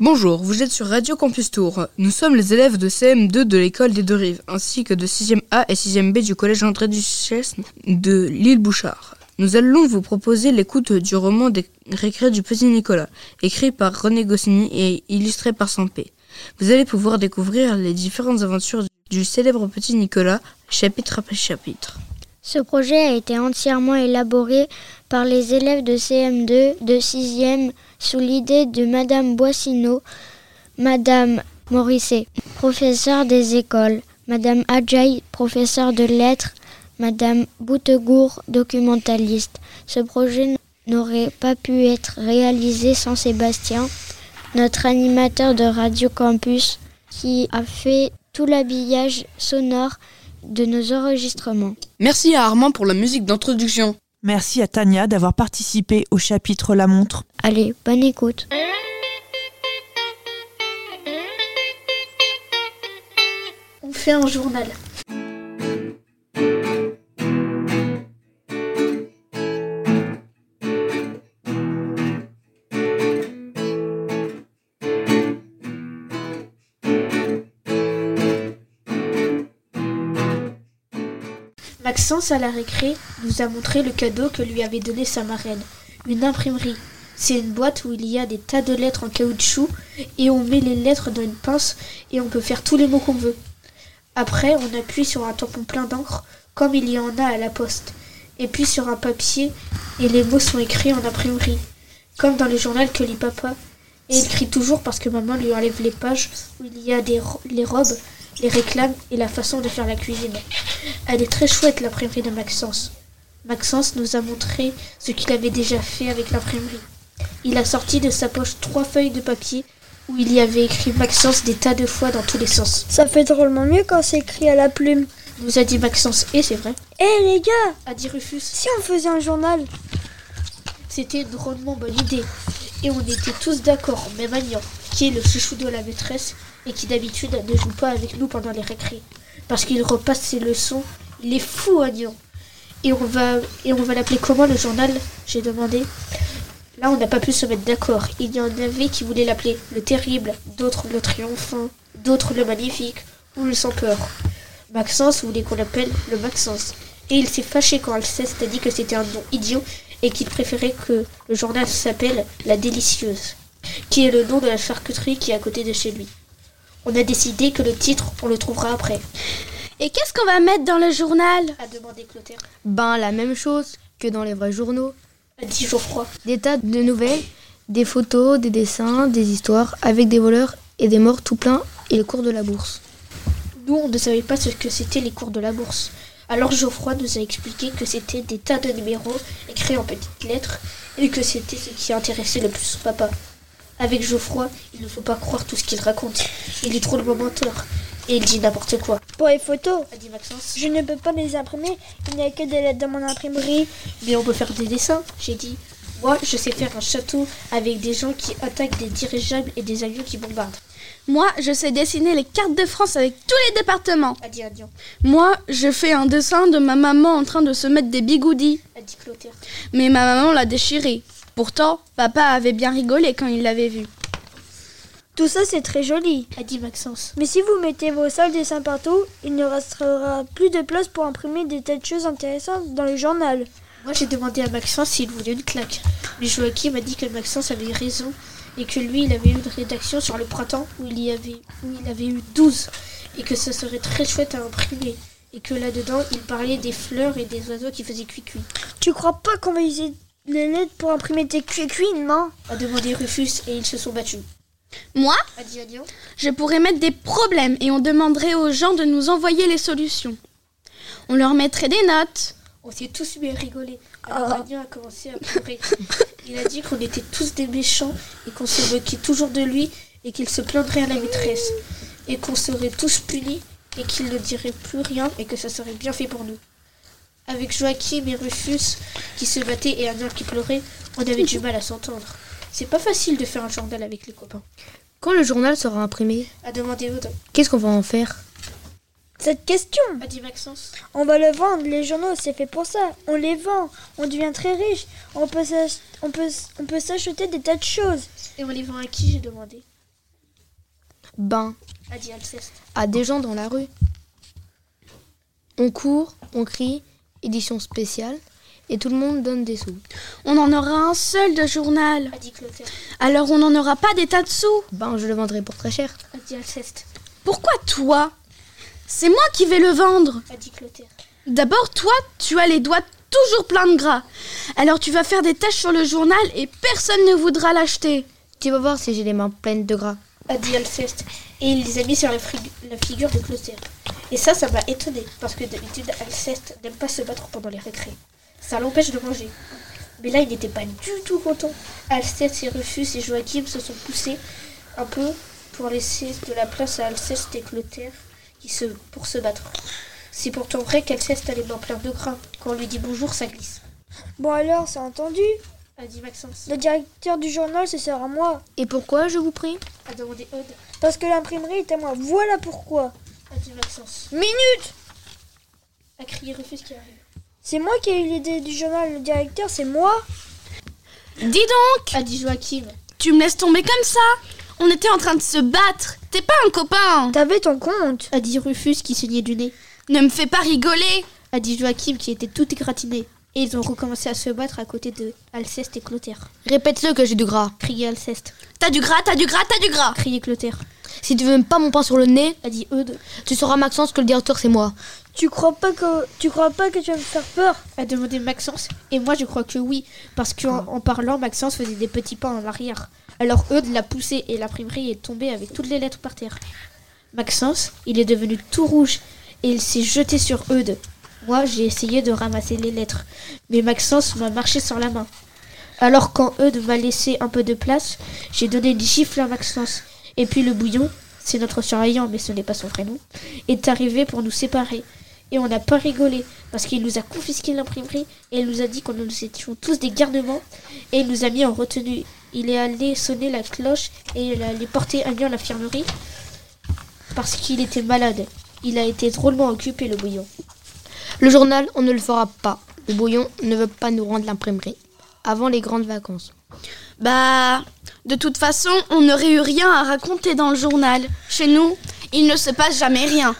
Bonjour, vous êtes sur Radio Campus Tour. Nous sommes les élèves de CM2 de l'école des Deux Rives, ainsi que de 6e A et 6e B du collège André Duchesne de l'île Bouchard. Nous allons vous proposer l'écoute du roman des récrés du petit Nicolas, écrit par René Goscinny et illustré par Sampé. Vous allez pouvoir découvrir les différentes aventures du célèbre petit Nicolas, chapitre après chapitre. Ce projet a été entièrement élaboré par les élèves de CM2 de 6e sous l'idée de Madame Boissineau, Madame Morisset, professeure des écoles, Madame Adjaï, professeure de lettres, Madame Boutegour, documentaliste. Ce projet n'aurait pas pu être réalisé sans Sébastien, notre animateur de Radio Campus, qui a fait tout l'habillage sonore de nos enregistrements. Merci à Armand pour la musique d'introduction. Merci à Tania d'avoir participé au chapitre La montre. Allez, bonne écoute. On fait un journal. Maxence, à la récré, nous a montré le cadeau que lui avait donné sa marraine. Une imprimerie. C'est une boîte où il y a des tas de lettres en caoutchouc et on met les lettres dans une pince et on peut faire tous les mots qu'on veut. Après, on appuie sur un tampon plein d'encre, comme il y en a à la poste, et puis sur un papier et les mots sont écrits en imprimerie, comme dans le journal que lit papa. Et il crie toujours parce que maman lui enlève les pages où il y a des ro- les robes, les réclames et la façon de faire la cuisine. Elle est très chouette l'imprimerie de Maxence. Maxence nous a montré ce qu'il avait déjà fait avec l'imprimerie. Il a sorti de sa poche trois feuilles de papier où il y avait écrit Maxence des tas de fois dans tous les sens. Ça fait drôlement mieux quand c'est écrit à la plume. Nous a dit Maxence et c'est vrai, Eh les gars, a dit Rufus. si on faisait un journal C'était une drôlement bonne idée. Et on était tous d'accord, même Agnan, qui est le chouchou de la maîtresse et qui d'habitude ne joue pas avec nous pendant les récrés. Parce qu'il repasse ses leçons. Il est fou, Agnan. Et on va, et on va l'appeler comment le journal J'ai demandé. Là, on n'a pas pu se mettre d'accord. Il y en avait qui voulaient l'appeler le terrible, d'autres le triomphant, d'autres le magnifique ou le sans peur. Maxence voulait qu'on l'appelle le Maxence. Et il s'est fâché quand Alceste a dit que c'était un nom idiot et qu'il préférait que le journal s'appelle La Délicieuse, qui est le nom de la charcuterie qui est à côté de chez lui. On a décidé que le titre, on le trouvera après, Et qu'est-ce qu'on va mettre dans le journal a demandé Clotaire. Ben la même chose que dans les vrais journaux. A dit Geoffroy. Des tas de nouvelles, des photos, des dessins, des histoires avec des voleurs et des morts tout plein et le cours de la bourse. Nous, on ne savait pas ce que c'était les cours de la bourse. Alors Geoffroy nous a expliqué que c'était des tas de numéros écrits en petites lettres et que c'était ce qui intéressait le plus son papa. Avec Geoffroy, il ne faut pas croire tout ce qu'il raconte. Il est trop le menteur. Et il dit n'importe quoi, pour les photos. a dit Maxence. Je ne peux pas les imprimer, il n'y a que des lettres dans mon imprimerie. Mais on peut faire des dessins, j'ai dit. Moi, je sais faire un château avec des gens qui attaquent des dirigeables et des avions qui bombardent, Moi, je sais dessiner les cartes de France avec tous les départements. a dit Adrien, Moi, je fais un dessin de ma maman en train de se mettre des bigoudis. a dit Clotaire. Mais ma maman l'a déchiré. Pourtant, papa avait bien rigolé quand il l'avait vu. Tout ça c'est très joli. a dit Maxence. Mais si vous mettez vos sales dessins partout, il ne restera plus de place pour imprimer des tas de choses intéressantes dans le journal. Moi, j'ai demandé à Maxence s'il voulait une claque. Mais Joachim m'a dit que Maxence avait raison et que lui, il avait eu une rédaction sur le printemps où il, y avait, où il avait eu 12 et que ça serait très chouette à imprimer. Et que là-dedans, il parlait des fleurs et des oiseaux qui faisaient cuicui. Tu crois pas qu'on va utiliser les lettres pour imprimer tes cuicuis, non A demandé Rufus et ils se sont battus. Moi, A dit Agnan. je pourrais mettre des problèmes et on demanderait aux gens de nous envoyer les solutions. On leur mettrait des notes. Ah. On s'est tous mis à rigoler. Alors Agnan a commencé à pleurer. Il a dit qu'on était tous des méchants et qu'on se moquait toujours de lui et qu'il se plaindrait à la maîtresse. Et qu'on serait tous punis et qu'il ne dirait plus rien et que ça serait bien fait pour nous. Avec Joachim et Rufus qui se battaient et Agnan qui pleurait, on avait du mal à s'entendre. C'est pas facile de faire un journal avec les copains. Quand le journal sera imprimé, A demandé Aude. qu'est-ce qu'on va en faire Cette question A dit Maxence. On va le vendre, les journaux, c'est fait pour ça. On les vend, on devient très riche, on peut s'ach- on peut s- on peut s'acheter des tas de choses. Et on les vend à qui J'ai demandé. ben, a dit Alceste. à des gens dans la rue. On court, on crie, édition spéciale, et tout le monde donne des sous. On en aura un seul de journal. A dit Clotaire. Alors on n'en aura pas des tas de sous. Ben, je le vendrai pour très cher. A dit Alceste. Pourquoi toi C'est moi qui vais le vendre. A dit Clotaire. D'abord, toi, tu as les doigts toujours pleins de gras. Alors tu vas faire des taches sur le journal et personne ne voudra l'acheter. Tu vas voir si j'ai les mains pleines de gras. A dit Alceste. Et il les a mis sur la, frig- la figure de Clotaire. Et ça, ça m'a étonné, parce que d'habitude, Alceste n'aime pas se battre pendant les récrés. Ça l'empêche de manger. Mais là, il n'était pas du tout content. Alceste et Rufus et Joachim se sont poussés un peu pour laisser de la place à Alceste et Clotaire qui se, pour se battre. C'est pourtant vrai qu'Alceste a les mains pleines de gras. Quand on lui dit bonjour, ça glisse. Bon alors, c'est entendu. A dit Maxence. Le directeur du journal, ce sera moi. Et pourquoi, je vous prie A demandé Aude. Parce que l'imprimerie est à moi. Voilà pourquoi. A dit Maxence. Minute A crié Rufus qui arrive. C'est moi qui ai eu l'idée du journal. Le directeur, c'est moi. Dis donc, A dit Joachim. tu me laisses tomber comme ça On était en train de se battre. T'es pas un copain. T'avais ton compte. A dit Rufus qui saignait du nez. Ne me fais pas rigoler. A dit Joachim qui était tout égratigné. Et ils ont recommencé à se battre à côté de Alceste et Clotaire. Répète-le que j'ai du gras. Criait Alceste. T'as du gras, t'as du gras, t'as du gras. Criait Clotaire. Si tu veux pas mon pain sur le nez, A dit Eudes. tu sauras Maxence que le directeur c'est moi. Tu crois pas que tu crois pas que tu vas me faire peur A demandé Maxence. Et moi je crois que oui. Parce qu'en en parlant, Maxence faisait des petits pas en arrière. Alors Eudes l'a poussé et l'imprimerie est tombée avec toutes les lettres par terre. Maxence, il est devenu tout rouge. Et il s'est jeté sur Eudes. Moi j'ai essayé de ramasser les lettres. Mais Maxence m'a marché sur la main. Alors quand Eudes m'a laissé un peu de place, j'ai donné une gifle à Maxence. Et puis le bouillon, c'est notre surveillant, mais ce n'est pas son vrai nom, est arrivé pour nous séparer. Et on n'a pas rigolé, parce qu'il nous a confisqué l'imprimerie, et il nous a dit qu'on nous étions tous des garnements, et il nous a mis en retenue. Il est allé sonner la cloche, et il est allé porter à Lyon l'infirmerie, parce qu'il était malade. Il a été drôlement occupé, le bouillon. Le journal, on ne le fera pas. Le bouillon ne veut pas nous rendre l'imprimerie. Avant les grandes vacances. Bah, de toute façon, on n'aurait eu rien à raconter dans le journal. Chez nous, il ne se passe jamais rien.